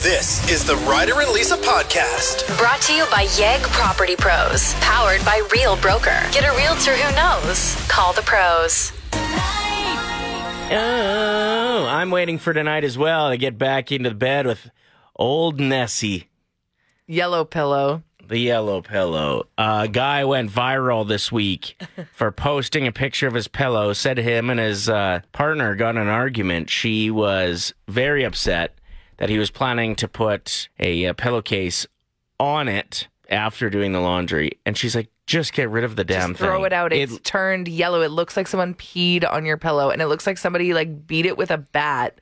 This is the Ryder and Lisa podcast. Brought to you by Yegg Property Pros, powered by Real Broker. Get a realtor who knows. Call the pros. Oh, I'm waiting for tonight as well to get back into bed with old Nessie, yellow pillow. the yellow pillow. A guy went viral this week for posting a picture of his pillow. Said him and his uh, partner got in an argument. She was very upset that he was planning to put a, uh pillowcase on it after doing the laundry, and she's like, "Just get rid of the damn Just throw thing. it out. It's It- turned yellow. It looks like someone peed on your pillow, and it looks like somebody like beat it with a bat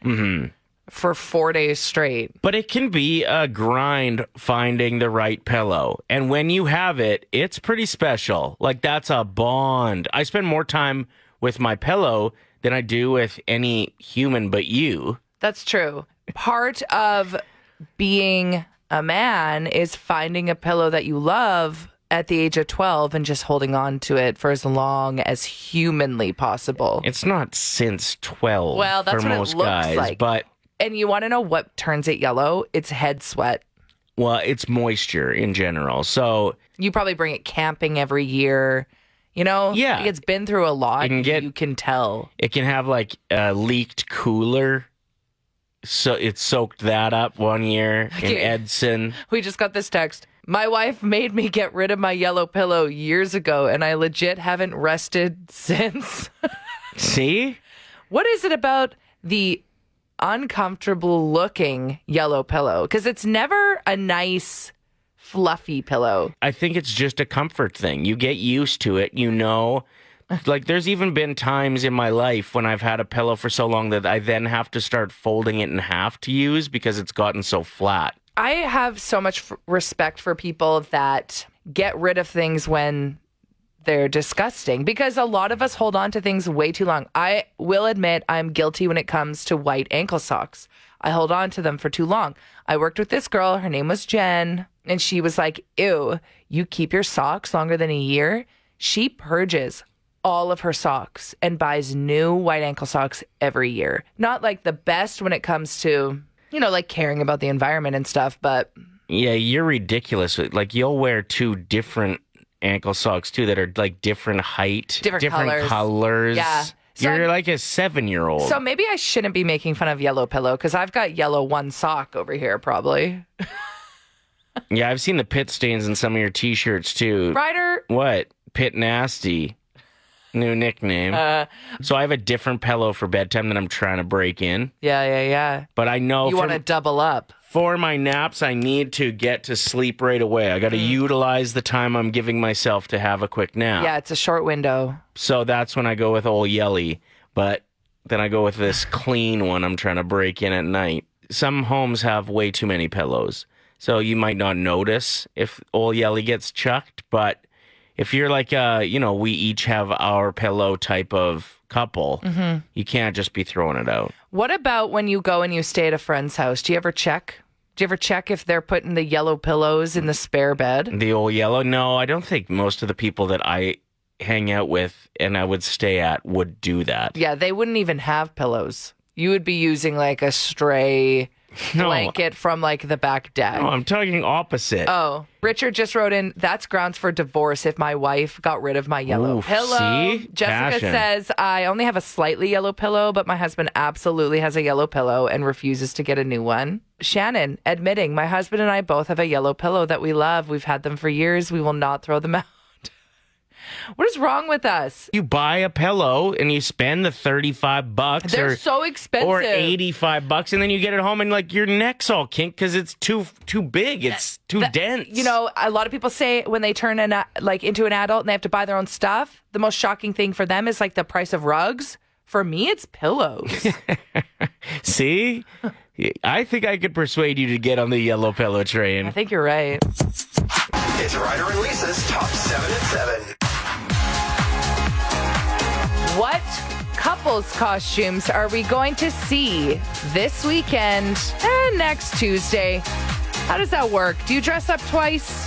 for four days straight. But it can be a grind finding the right pillow. And when you have it, it's pretty special. Like that's a bond. I spend more time with my pillow than I do with any human but you. That's true. Part of being a man is finding a pillow that you love at the age of 12 and just holding on to it for as long as humanly possible. It's not since 12 Well, that's for what it most looks guys, like. but And you want to know what turns it yellow? It's head sweat. well, it's moisture in general. So You probably bring it camping every year. You know, Yeah. like it's been through a lot. It can get- you can tell. it can have like a leaked cooler. So it soaked that up one year in Okay. Edson. We just got this text. My wife made me get rid of my yellow pillow years ago, and I legit haven't rested since. See? what is it about the uncomfortable looking yellow pillow? Because it's never a nice, fluffy pillow. I think it's just a comfort thing. You get used to it. You know, like there's even been times in my life when I've had a pillow for so long that I then have to start folding it in half to use because it's gotten so flat. I have so much f- respect for people that get rid of things when they're disgusting because a lot of us hold on to things way too long. I will admit I'm guilty when it comes to white ankle socks. I hold on to them for too long. I worked with this girl, her name was Jen, and she was like, Ew, you keep your socks longer than a year? She purges all of her socks and buys new white ankle socks every year. Not like the best when it comes to, you know, like caring about the environment and stuff, but Yeah, you're ridiculous. Like you'll wear two different ankle socks too that are like different height, Different colors. colors. Yeah. So you're I'm- like a seven year old. So maybe I shouldn't be making fun of yellow pillow because I've got yellow one sock over here, probably. yeah, I've seen the pit stains in some of your t shirts too. Ryder, What? Pit Nasty. New nickname. so I have a different pillow for bedtime that I'm trying to break in. yeah, yeah, yeah. Oh, But I know You for, want to double up. for my naps, I need to get to sleep right away. I got to utilize the time I'm giving myself to have a quick nap. Yeah, it's a short window. So that's when I go with old Yelly. But then I go with this clean one I'm trying to break in at night. Some homes have way too many pillows. So you might not notice if old Yelly gets chucked, but if you're like uh, you know, we each have our pillow type of couple, Mm-hmm. you can't just be throwing it out. What about when you go and you stay at a friend's house? Do you ever check? Do you ever check if they're putting the yellow pillows in the spare bed? The old yellow? No, I don't think most of the people that I hang out with and I would stay at would do that. Yeah, they wouldn't even have pillows. You would be using like a stray No. blanket from like the back deck. No, I'm talking opposite. Oh, Richard just wrote in. That's grounds for divorce if my wife got rid of my yellow Oof, pillow. see? Jessica Passion. says I only have a slightly yellow pillow, but my husband absolutely has a yellow pillow and refuses to get a new one. Shannon admitting my husband and I both have a yellow pillow that we love. We've had them for years. We will not throw them out. what is wrong with us? you buy a pillow and you spend the 35 bucks They're or, so expensive. or 85 bucks and then you get it home and like your neck's all kinked because it's too too big it's too dense you know, a lot of people say when they turn an, like into an adult and they have to buy their own stuff, the most shocking thing for them is like the price of rugs. For me, it's pillows. see i think i could persuade you to get on the yellow pillow I train think you're right. It's Ryder and Lisa's top seven and seven. What couples costumes are we going to see this weekend and next Tuesday? How does that work? Do you dress up twice?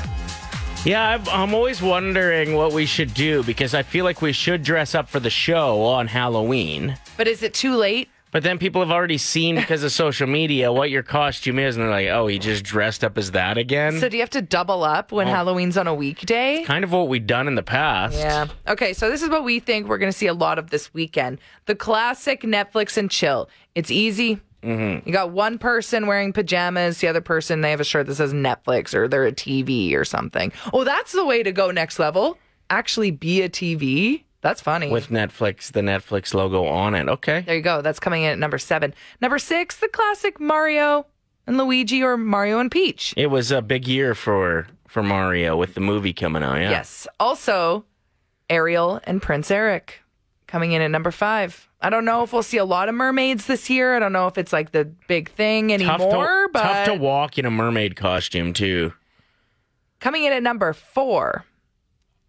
yeah I've, i'm always wondering what we should do because i feel like we should dress up for the show on halloween But is it too late? But then people have already seen because of social media what your costume is, and they're like, "Oh, he just dressed up as that again." So do you have to double up when Halloween's on a weekday? kind of what we've done in the past. Yeah. Okay, so this is what we think we're going to see a lot of this weekend. The classic Netflix and chill. It's easy. Mm-hmm. You got one person wearing pajamas, the other person, they have a shirt that says Netflix or they're a TV or something. Oh, that's the way to go next level. Actually be a TV. That's funny. With Netflix, the Netflix logo on it. Okay. there you go. That's coming in at number seven. Number six, the classic Mario and Luigi or Mario and Peach. It was a big year for for Mario with the movie coming out. Yeah. Yes. Also, Ariel and Prince Eric coming in at number five. I don't know if we'll see a lot of mermaids this year. I don't know if it's like the big thing Tough anymore, to, but tough to walk in a mermaid costume too. coming in at number four,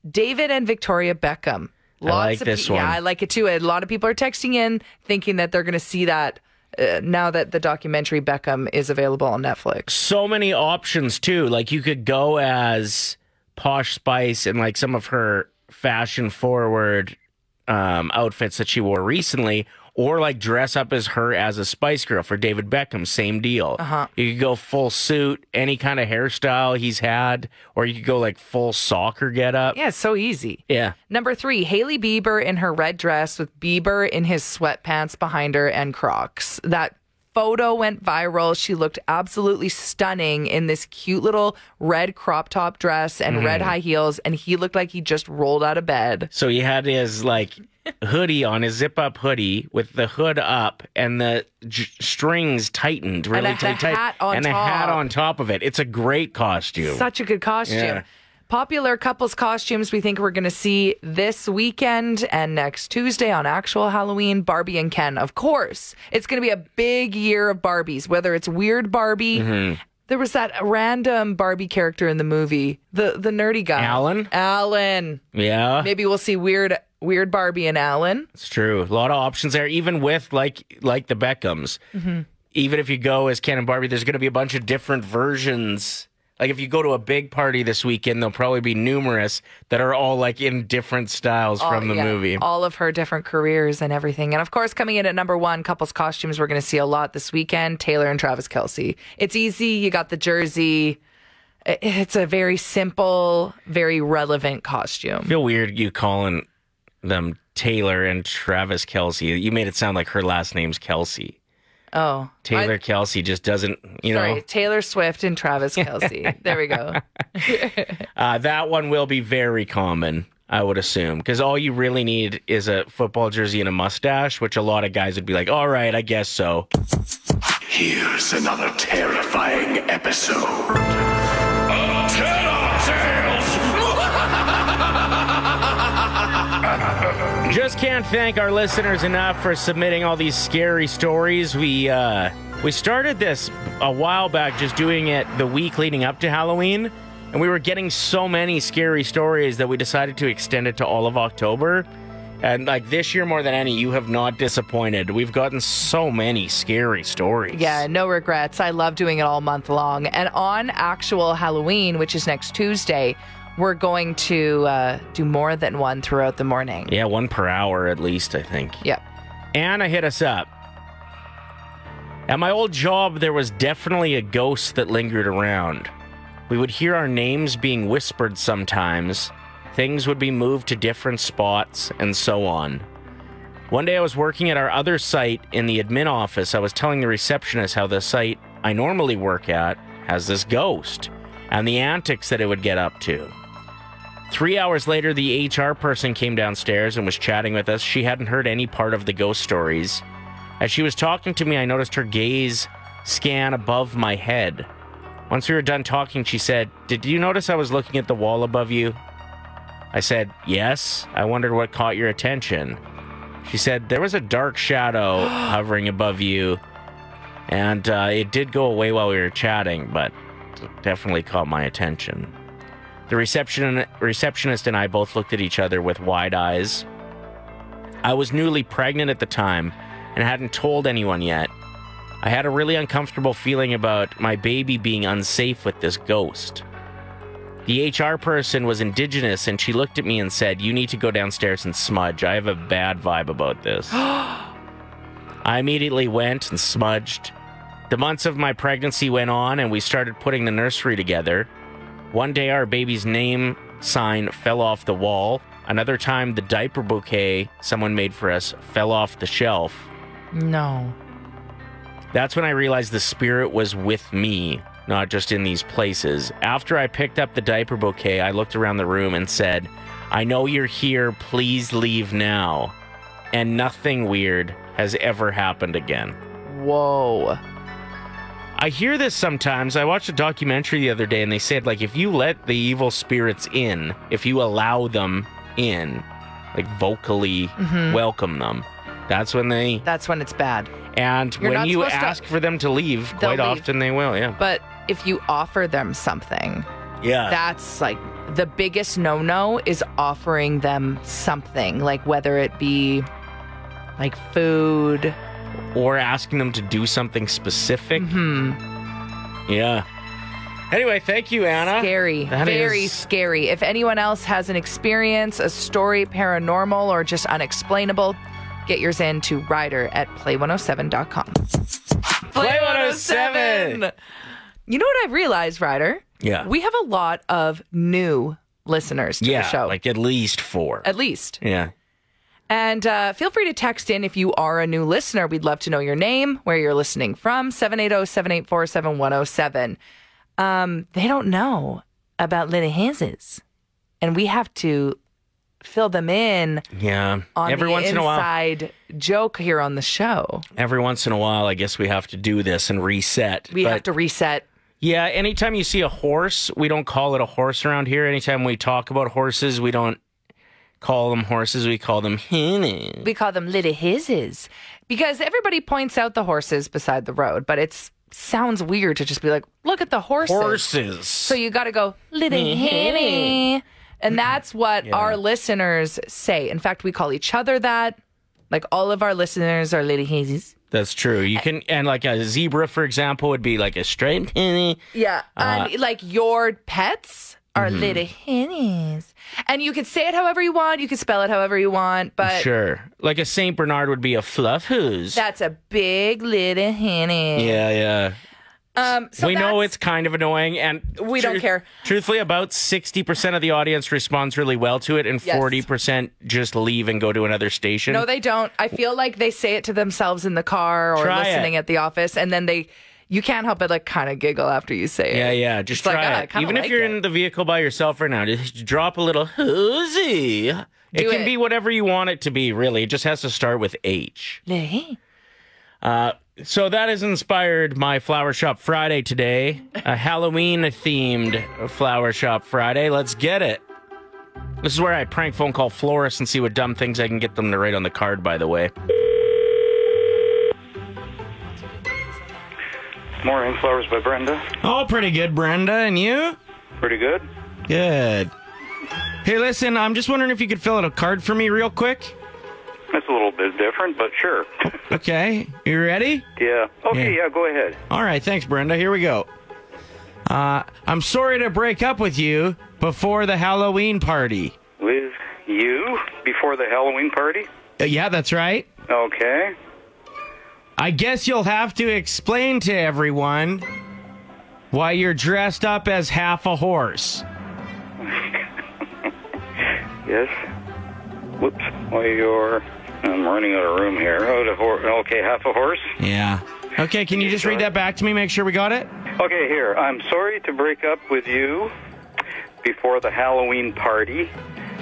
David and Victoria Beckham. Lots like of this pe- one. Yeah, I like it too. A lot of people are texting in thinking that they're going to see that uh, now that the documentary Beckham is available on Netflix. So many options too. Like you could go as Posh Spice and like some of her fashion forward um, outfits that she wore recently, or like dress up as her as a Spice Girl for David Beckham. Same deal. Uh-huh. You could go full suit, any kind of hairstyle he's had, or you could go like full soccer getup. Yeah, it's so easy. yeah. Number three, Haley Bieber in her red dress with Bieber in his sweatpants behind her and Crocs. That photo went viral. She looked absolutely stunning in this cute little red crop top dress and red high heels, and he looked like he just rolled out of bed. So he had his like hoodie on, his zip up hoodie with the hood up and the j- strings tightened really a- tight, the tight, hat on and a hat top. on top of it. It's a great costume. Such a good costume. Yeah. Popular couples costumes we think we're going to see this weekend and next Tuesday on actual Halloween. Barbie and Ken, of course. It's going to be a big year of Barbies, whether it's weird Barbie. Mm-hmm. There was that random Barbie character in the movie, the the nerdy guy, Alan? Alan. yeah, Maybe we'll see weird weird Barbie and Alan. it's true. A lot of options there, even with like like the Beckhams. Mm-hmm. Even if you go as Ken and Barbie, there's going to be a bunch of different versions. Like if you go to a big party this weekend, there'll probably be numerous that are all like in different styles from the Oh, Yeah, movie. All of her different careers and everything. And of course, coming in at number one, couples costumes we're going to see a lot this weekend Taylor and Travis Kelsey. It's easy. You got the jersey. I- It's a very simple, very relevant costume. feel weird you calling them Taylor and Travis Kelsey. You made it sound like her last name's Kelsey. Oh, Taylor Kelsey just doesn't, you sorry. know. Taylor Swift and Travis Kelsey. there we go. Uh, that one will be very common, I would assume, because all you really need is a football jersey and a mustache, which a lot of guys would be like, all right, I guess so. Here's another terrifying episode. Just can't thank our listeners enough for submitting all these scary stories. We uh, we started this a while back, just doing it the week leading up to Halloween, and we were getting so many scary stories that we decided to extend it to all of October. And like this year, more than any, you have not disappointed. We've gotten so many scary stories. Yeah, no regrets. I love doing it all month long. And on actual Halloween, which is next Tuesday, we're going to uh, do more than one throughout the morning. yeah, one per hour at least, I think. Yep. Anna hit us up. At my old job, there was definitely a ghost that lingered around. We would hear our names being whispered sometimes, things would be moved to different spots, and so on. One day I was working at our other site in the admin office. I was telling the receptionist how the site I normally work at has this ghost and the antics that it would get up to. Three hours later, the HR person came downstairs and was chatting with us. She hadn't heard any part of the ghost stories. As she was talking to me, I noticed her gaze scan above my head. Once we were done talking, she said, Did you notice I was looking at the wall above you? I said, Yes. I wondered what caught your attention. She said, There was a dark shadow hovering above you, and uh, it did go away while we were chatting, but definitely caught my attention. The reception, receptionist and I both looked at each other with wide eyes. I was newly pregnant at the time and hadn't told anyone yet. I had a really uncomfortable feeling about my baby being unsafe with this ghost. The HR person was indigenous and she looked at me and said, You need to go downstairs and smudge. I have a bad vibe about this. I immediately went and smudged. The months of my pregnancy went on, and we started putting the nursery together. One day, our baby's name sign fell off the wall. Another time, the diaper bouquet someone made for us fell off the shelf. No. That's when I realized the spirit was with me, not just in these places. After I picked up the diaper bouquet, I looked around the room and said, I know you're here. Please leave now. And nothing weird has ever happened again. Whoa. I hear this sometimes. I watched a documentary the other day and they said like if you let the evil spirits in, if you allow them in, like vocally Mm-hmm. welcome them, that's when they That's when it's bad. and You're when not you supposed to- ask for them to leave, They'll quite leave. often they will, yeah. But if you offer them something, yeah. that's like the biggest no no is offering them something, like whether it be like food. or asking them to do something specific. Hmm. Yeah. Anyway, thank you, Anna. Scary. Ah. That Very is- scary. If anyone else has an experience, a story, paranormal, or just unexplainable, get yours in to rider at play107.com. Play 107. You know what I've realized, Ryder? Yeah. We have a lot of new listeners to yeah, the show. like at least four. at least. yeah. And uh, feel free to text in if you are a new listener. We'd love to know your name, where you're listening from, oh, 780 784 7107. Um, They don't know about little houses, and we have to fill them in Yeah. on every the once in a while, inside joke here on the show. every once in a while, I guess we have to do this and reset. We but have to reset. Yeah, anytime you see a horse, we don't call it a horse around here. Anytime we talk about horses, we don't call them horses, we call them humans. We call them little hises because everybody points out the horses beside the road, but it's sounds weird to just be like, look at the horses. Horses. So you got to go, little Mm-hmm. henny. And that's what our listeners say. In fact, we call each other that. Like all of our listeners are little hazies. That's true. You can, and like a zebra, for example, would be like a straight henny. Yeah. Uh, and Uh, like your pets are mm-hmm. little hennies. And you can say it however you want. You can spell it however you want. But Sure. Like a St. Bernard would be a fluff who's. that's a big little henny. Yeah, yeah. Um, so we know that's- it's kind of annoying, and We don't care. Truthfully, about sixty percent of the audience responds really well to it, and Yes. forty percent just leave and go to another station. No, they don't. I feel like they say it to themselves in the car or Try listening it. at the office, and then they, you can't help but like kind of giggle after you say yeah, it. yeah. Just It's like, try ah, I it. kinda Even if like you're it. in the vehicle by yourself right now, just drop a little hoozy. It Do can it. be whatever you want it to be. Really, it just has to start with H. Little hen. So that has inspired my Flower Shop Friday today, a Halloween themed Flower Shop Friday. Let's get it. This is where I prank phone call florists and see what dumb things I can get them to write on the card, by the way. Morning Flowers by Brenda. Oh, pretty good, Brenda. And you? Pretty good. Good. Hey, listen, I'm just wondering if you could fill out a card for me real quick. That's a little bit different, but sure. Okay. You ready? yeah. Okay, Yeah. yeah, go ahead. All right, thanks, Brenda. Here we go. Uh, I'm sorry to break up with you before the Halloween party. With you before the Halloween party? Uh, yeah, that's right. Okay. I guess you'll have to explain to everyone why you're dressed up as half a horse. Yes. Whoops. Well, you're. I'm running out of room here. Oh, the hor- okay, half a horse. Yeah. Okay, can you just read that back to me? Make sure we got it? Okay, here. I'm sorry to break up with you before the Halloween party.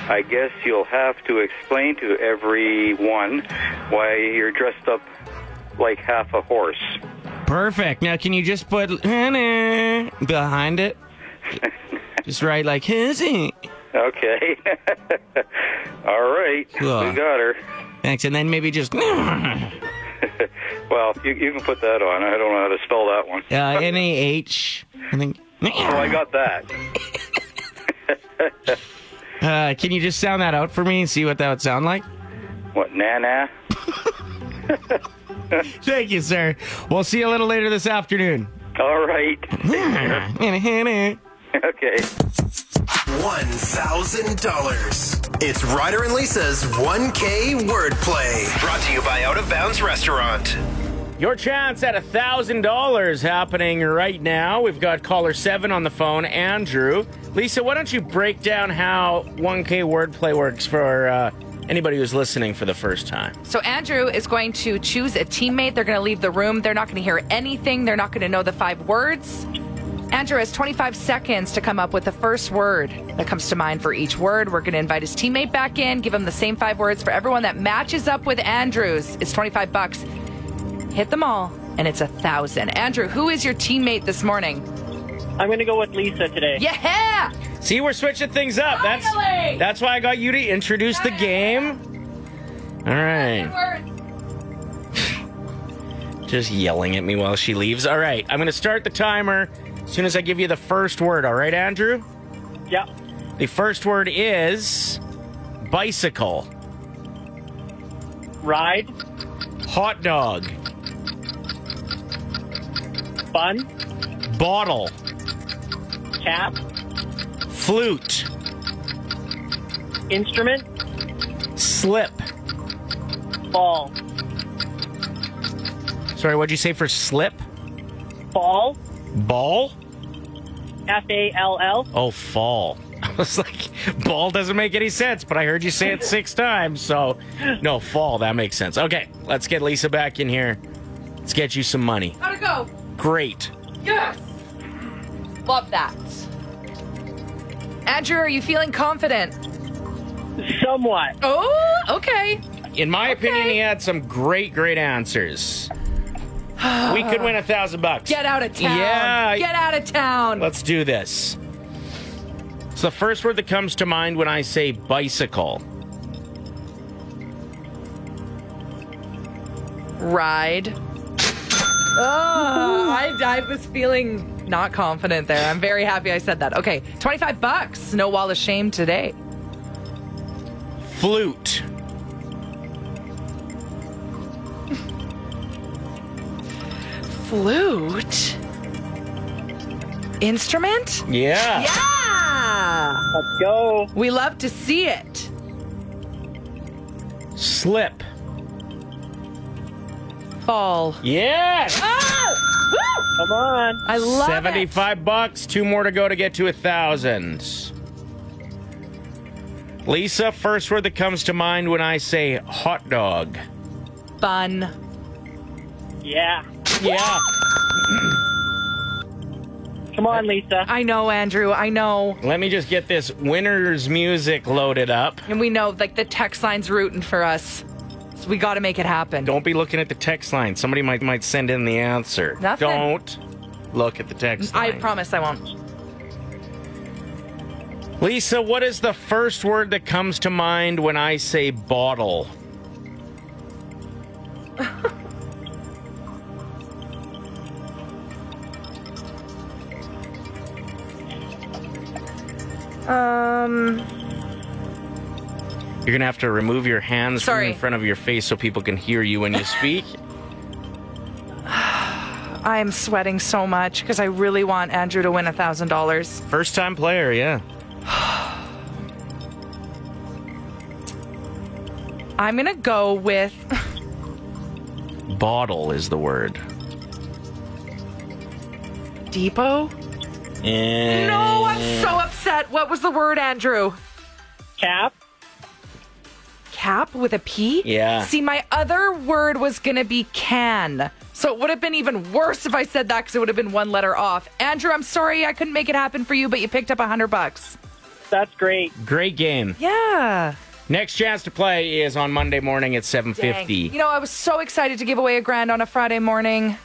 I guess you'll have to explain to everyone why you're dressed up like half a horse. Perfect. Now, can you just put "Hannah" behind it? Just write like hissy. Okay. All right. Ugh. We got her. Thanks. And then maybe just uh, N Well, you, you can put that on. I don't know how to spell that one. A H. I think. Oh, I got that. Uh, can you just sound that out for me and see what that would sound like? What, Nana? Thank you, sir. We'll see you a little later this afternoon. All right. Hannah, Hannah. Okay. $1,000. It's Ryder and Lisa's 1K wordplay. Brought to you by Out of Bounds Restaurant. Your chance at $1,000 happening right now. We've got caller seven on the phone, Andrew. Lisa, why don't you break down how 1K wordplay works for uh, anybody who's listening for the first time? So Andrew is going to choose a teammate. They're going to leave the room. They're not going to hear anything. They're not going to know the five words. Andrew has 25 seconds to come up with the first word that comes to mind for each word. We're going to invite his teammate back in, give him the same five words for everyone that matches up with Andrew's. It's 25 bucks. Hit them all, and it's a thousand. Andrew, who is your teammate this morning? I'm going to go with Lisa today. Yeah! See, we're switching things up. Finally! That's that's why I got you to introduce the game. All right. Just yelling at me while she leaves. All right. I'm going to start the timer as soon as I give you the first word. All right, Andrew? Yeah. The first word is bicycle, Ride, hot dog, bun, bottle, cap, flute, instrument, slip. ball, Sorry, what'd you say for slip? ball, Ball? F A L L, Oh, fall. I was like, ball doesn't make any sense, but I heard you say it six times. So, no, fall, that makes sense. Okay, let's get Lisa back in here. Let's get you some money. Gotta go. Great. Yes! Love that. Andrew, are you feeling confident? somewhat. Oh, okay. In my opinion, he had some great, great answers. we could win a thousand bucks. Get out of town. Yeah. Get out of town. Let's do this. It's the first word that comes to mind when I say bicycle. Ride. Oh, I, I was feeling not confident there. I'm very happy I said that. Okay, 25 bucks. No wall of shame today. Flute. Flute? Instrument? Yeah. Yeah! Let's go. We love to see it. Slip. Fall. Yes. Oh! Woo! Come on. I love it. 75 bucks. Two more to go to get to a thousand. Lisa, first word that comes to mind when I say hot dog. Bun. Yeah. Yeah. Come on, Lisa. I know, Andrew. I know. Let me just get this winner's music loaded up. And we know, like, the text line's rooting for us. So we got to make it happen. Don't be looking at the text line. Somebody might might send in the answer. Nothing. Don't look at the text I line. promise I won't. Lisa, what is the first word that comes to mind when I say bottle? Um, You're gonna have to remove your hands Sorry. from in front of your face so people can hear you when you speak. I'm sweating so much because I really want Andrew to win a thousand dollars. First time player, yeah. I'm gonna go with Bottle is the word. Depot. No, I'm so upset. What was the word, Andrew? Cap, Cap with a P? Yeah. See, my other word was gonna be can. So it would have been even worse if I said that because it would have been one letter off. Andrew, I'm sorry I couldn't make it happen for you, but you picked up a hundred bucks. that's great. Great game. Yeah. Next chance to play is on Monday morning at Dang. 7:50. You know, I was so excited to give away a grand on a Friday morning.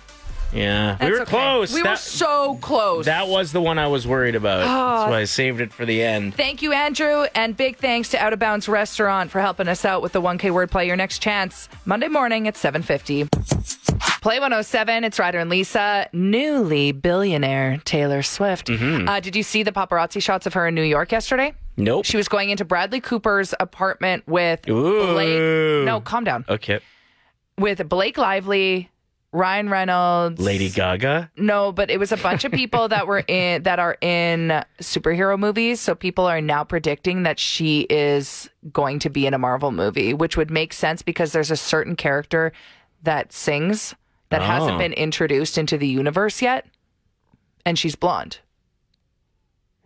yeah, we That's were okay. close. We that, were so Oh. close. that was the one I was worried about. That's why I saved it for the end. Thank you, Andrew, and big thanks to Out of Bounds Restaurant for helping us out with the 1K wordplay. Your next chance Monday morning at 7:50. Play 107. It's Ryder and Lisa. Newly billionaire Taylor Swift. Mm-hmm. Uh, did you see the paparazzi shots of her in New York yesterday? Nope. She was going into Bradley Cooper's apartment with Ooh. Blake. No, calm down. Okay. With Blake Lively, Ryan Reynolds. Lady Gaga. No, but it was a bunch of people that were in that are in superhero movies. So people are now predicting that she is going to be in a Marvel movie, which would make sense because there's a certain character that sings that Oh. hasn't been introduced into the universe yet, and she's blonde.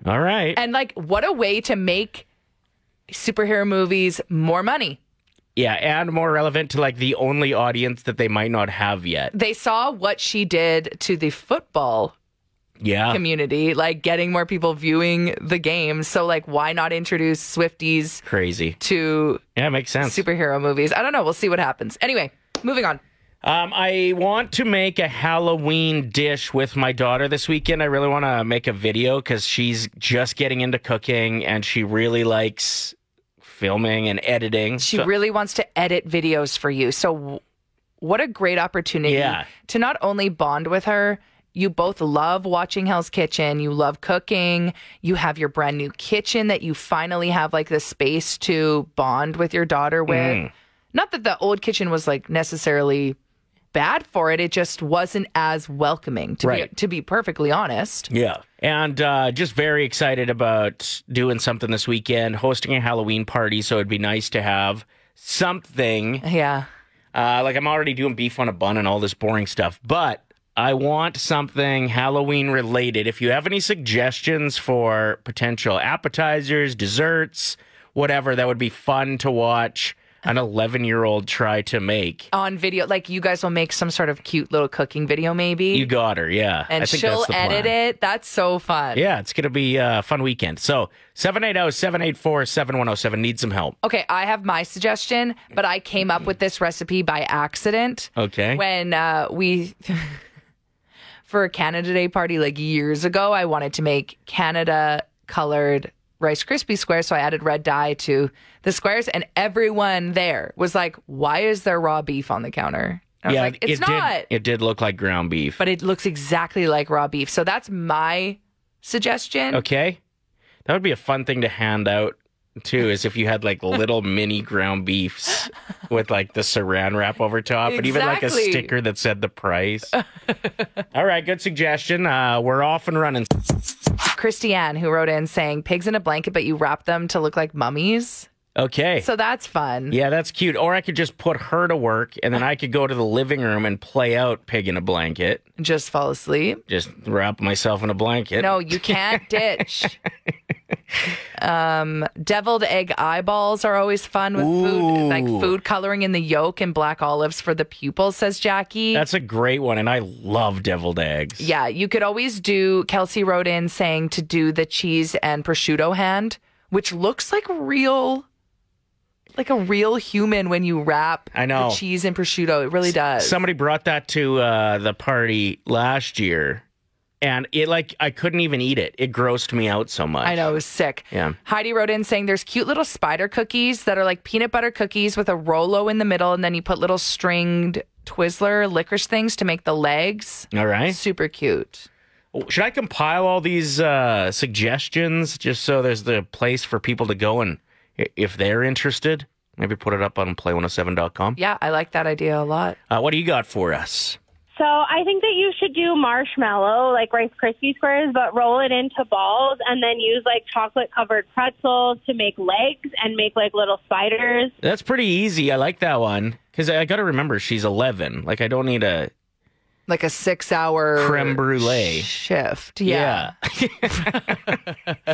All right. And like, what a way to make superhero movies more money. yeah, and more relevant to like the only audience that they might not have yet. They saw what she did to the football Yeah. community, like getting more people viewing the game. So like, why not introduce Swifties Crazy. to Yeah, makes sense. superhero movies? I don't know. We'll see what happens. Anyway, moving on. Um, I want to make a Halloween dish with my daughter this weekend. I really want to make a video because she's just getting into cooking and she really likes filming and editing. She So- really wants to edit videos for you. So w- what a great opportunity Yeah. to not only bond with her. You both love watching Hell's Kitchen. You love cooking. You have your brand new kitchen that you finally have like the space to bond with your daughter with. Mm. Not that the old kitchen was like necessarily bad for it. It just wasn't as welcoming to be, Right. to be perfectly honest. Yeah. And uh, just very excited about doing something this weekend, hosting a Halloween party. So it'd be nice to have something. Yeah. Uh, like I'm already doing beef on a bun and all this boring stuff, but I want something Halloween related. If you have any suggestions for potential appetizers, desserts, whatever, that would be fun to watch an 11 year old try to make. On video, like you guys will make some sort of cute little cooking video maybe. You got her, yeah. and I think she'll that's the edit plan. it. That's so fun. Yeah, it's going to be a fun weekend. So oh, 780 784 7107 needs oh some help. Okay, I have my suggestion, but I came up with this recipe by accident Okay. when uh, we. For a Canada Day party like years ago, I wanted to make Canada colored Rice Krispie squares. So I added red dye to the squares, and everyone there was like, Why is there raw beef on the counter? And I was yeah, like, It's it not. Did, it did look like ground beef. but it looks exactly like raw beef. So that's my suggestion. Okay. That would be a fun thing to hand out too, is if you had like little mini ground beefs with like the saran wrap over top and even like a Exactly. sticker that said the price. All right, good suggestion. Uh, we're off and running. Christiane, who wrote in saying, Pigs in a blanket, but you wrap them to look like mummies. Okay. So that's fun. yeah, that's cute. Or I could just put her to work and then I could go to the living room and play out pig in a blanket. Just fall asleep. Just wrap myself in a blanket. No, you can't ditch. Um, deviled egg eyeballs are always fun with food, like Ooh. food coloring in the yolk and black olives for the pupils, says Jackie. That's a great one and I love deviled eggs. yeah, you could always do. Kelsey wrote in saying to do the cheese and prosciutto hand, which looks like real, like a real human when you wrap I the know. cheese and prosciutto. It really does. Somebody brought that to uh, the party last year, and it like I couldn't even eat it. It grossed me out so much. I know, it was sick. Yeah. Heidi wrote in saying there's cute little spider cookies that are like peanut butter cookies with a Rolo in the middle, and then you put little stringed Twizzler licorice things to make the legs. All right. Super cute. Should I compile all these uh, suggestions just so there's the place for people to go and i- if they're interested, maybe put it up on play107.com. Yeah, I like that idea a lot. Uh, what do you got for us? So I think that you should do marshmallow, like Rice Krispie squares, but roll it into balls and then use like chocolate covered pretzels to make legs and make like little spiders. That's pretty easy. I like that one because I, I got to remember she's 11. Like I don't need a Like a six hour creme brulee. shift. Yeah. Yeah.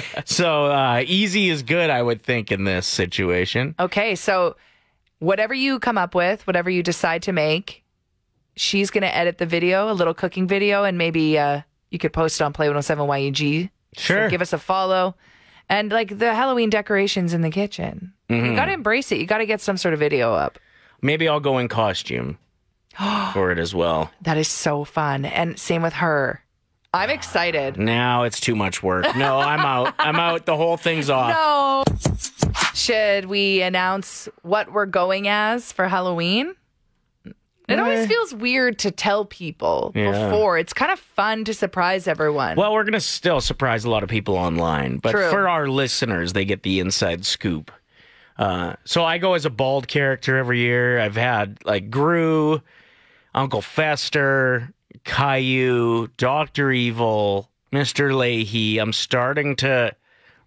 so uh, easy is good, I would think, in this situation. Okay, so whatever you come up with, whatever you decide to make, she's going to edit the video, a little cooking video, and maybe uh, you could post it on Play 107 YEG. Sure. So give us a follow. And like the Halloween decorations in the kitchen. Mm-hmm. You got to embrace it. You got to get some sort of video up. Maybe I'll go in costume for it as well. That is so fun. And same with her. I'm excited. Now it's too much work. No, I'm out. I'm out. The whole thing's off. No. Should we announce what we're going as for Halloween? It always feels weird to tell people Uh. Yeah. before. It's kind of fun to surprise everyone. Well, we're going to still surprise a lot of people online, but True. for our listeners, they get the inside scoop. Uh, so I go as a bald character every year. I've had like Gru. Uncle Fester, Caillou, Doctor Evil, Mister Leahy. I'm starting to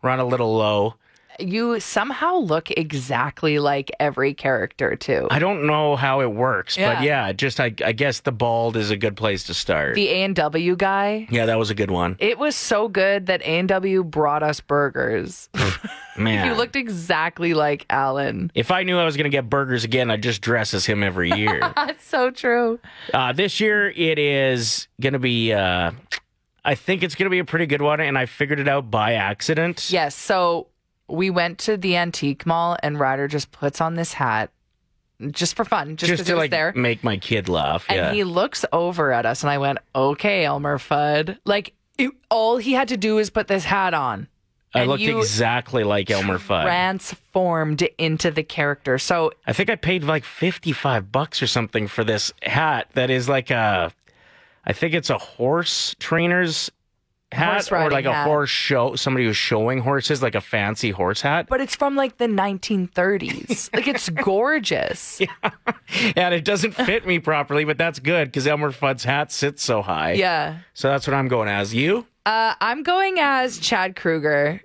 run a little low. You somehow look exactly like every character too. I don't know how it works, Yeah. but yeah, just I, I guess the bald is a good place to start. The A and W guy. yeah, that was a good one. It was so good that A and W brought us burgers. Man, you looked exactly like Alan. if I knew I was gonna get burgers again, I'd just dress as him every year. That's so true. Uh, this year it is going to be, uh, I think it's going to be a pretty good one, and I figured it out by accident. Yes. So we went to the antique mall, and Ryder just puts on this hat just for fun, just just, because it to was like there. make my kid laugh. And yeah, he looks over at us, and I went, "Okay, Elmer Fudd." Like it, all he had to do is put this hat on. I and looked you exactly like Elmer Fudd. Transformed into the character. So I think I paid like fifty-five bucks or something for this hat that is like a, I think it's a horse trainer's hat Horse or riding like a hat. horse show. Somebody who's showing horses, like a fancy horse hat. but it's from like the 1930s. like it's gorgeous. Yeah. and it doesn't fit me properly, but that's good because Elmer Fudd's hat sits so high. So that's what I'm going as. You? Uh, I'm going as Chad Kruger.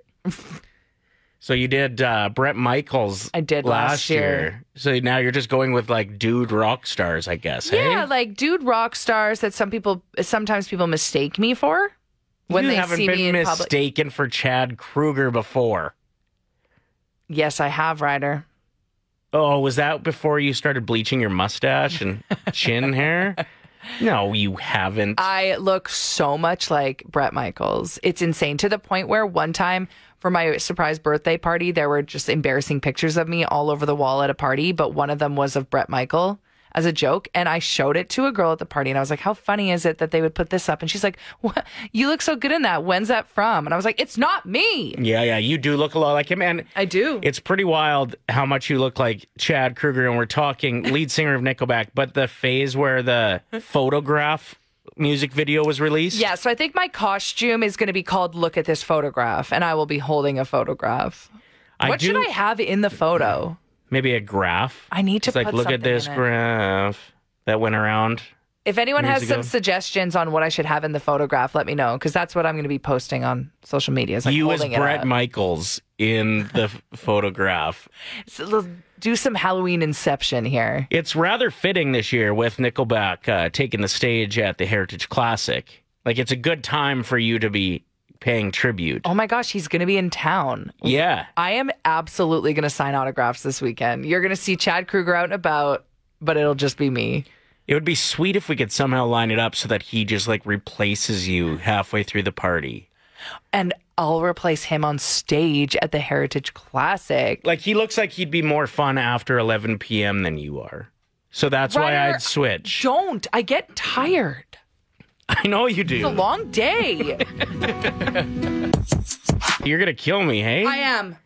So you did uh, Brett Michaels. I did last year. So now you're just going with like dude rock stars, I guess. Yeah, hey? like dude rock stars that some people sometimes people mistake me for when you they haven't see been me in public. mistaken for Chad Kruger before. Yes, I have, Ryder. Oh, was that before you started bleaching your mustache and chin hair? No, you haven't. I look so much like Brett Michaels. It's insane to the point where one time for my surprise birthday party, there were just embarrassing pictures of me all over the wall at a party, but one of them was of Brett Michael as a joke. And I showed it to a girl at the party and I was like, How funny is it that they would put this up? And she's like, what? You look so good in that. When's that from? And I was like, It's not me. yeah, yeah, you do look a lot like him. And I do. It's pretty wild how much you look like Chad Kruger, and we're talking lead singer of Nickelback, but the phase where the photograph music video was released. Yeah, so I think my costume is going to be called Look at This Photograph, and I will be holding a photograph. I what should do- I have in the photo? Maybe a graph. I need to It's like, put look at something this in it." graph that went around. If anyone Years has some ago. suggestions on what I should have in the photograph, let me know because that's what I'm going to be posting on social media. is, Like you as holding it Brett up. Michaels in the f- photograph. So let's do some Halloween inception here. It's rather fitting this year with Nickelback uh, taking the stage at the Heritage Classic. Like, it's a good time for you to be paying tribute. Oh my gosh, he's going to be in town. Yeah. I am absolutely going to sign autographs this weekend. You're going to see Chad Kruger out and about, but it'll just be me. It would be sweet if we could somehow line it up so that he just like replaces you halfway through the party. And I'll replace him on stage at the Heritage Classic. Like he looks like he'd be more fun after 11 p.m. than you are. So that's why Ryder, I'd switch. Don't. I get tired. I know you do. It's a long day. You're gonna kill me, hey? I am.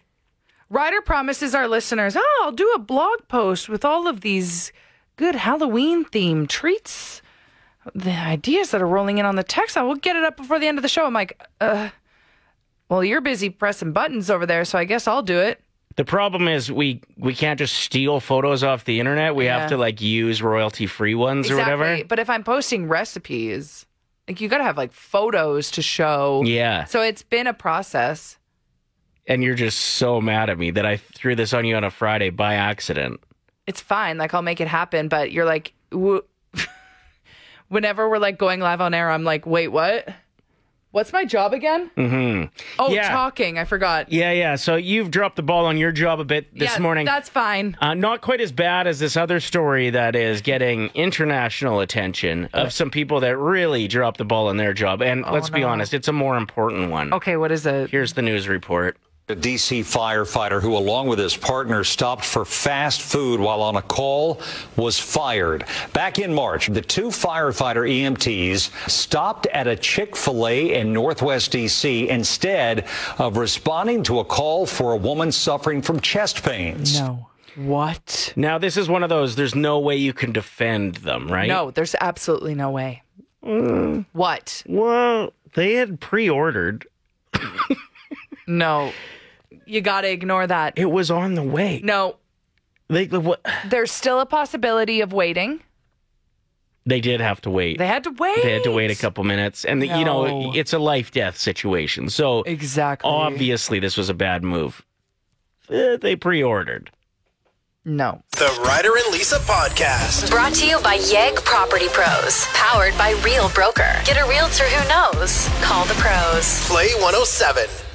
Ryder promises our listeners, oh, I'll do a blog post with all of these good Halloween themed treats. The ideas that are rolling in on the text, I will get it up before the end of the show. I'm like, uh, well, you're busy pressing buttons over there, so I guess I'll do it. the problem is we we can't just steal photos off the internet. We Yeah. have to like use royalty free ones or whatever. But if I'm posting recipes, like you gotta have like photos to show. Yeah. So it's been a process. And you're just so mad at me that I threw this on you on a Friday by accident. it's fine. Like I'll make it happen. But you're like, w- whenever we're like going live on air, I'm like, wait, what? What's my job again? Mm-hmm. Oh, Mm. Yeah. talking. I forgot. Yeah, yeah. So you've dropped the ball on your job a bit this Yeah, morning. That's fine. Uh, not quite as bad as this other story that is getting international attention of some people that really dropped the ball in their job. And let's be honest, it's a more important one. Oh, Okay, what is it? Here's the news report. A D.C. firefighter who, along with his partner, stopped for fast food while on a call was fired. Back in March, the two firefighter EMTs stopped at a Chick fil A in Northwest D.C. instead of responding to a call for a woman suffering from chest pains. No. What? Now, this is one of those, there's no way you can defend them, right? Mm. No, there's absolutely no way. What? Well, they had pre ordered, No. You gotta ignore that. it was on the way. No. Like, the what? There's still a possibility of waiting. They did have to wait. They had to wait. They had to wait a couple minutes. And, the- you know, No. it's a life death situation. So Exactly. obviously, this was a bad move. Eh, they pre ordered. No. The Ryder and Lisa podcast. Brought to you by Yegg Property Pros. Powered by Real Broker. Get a realtor who knows. Call the pros. Play 107.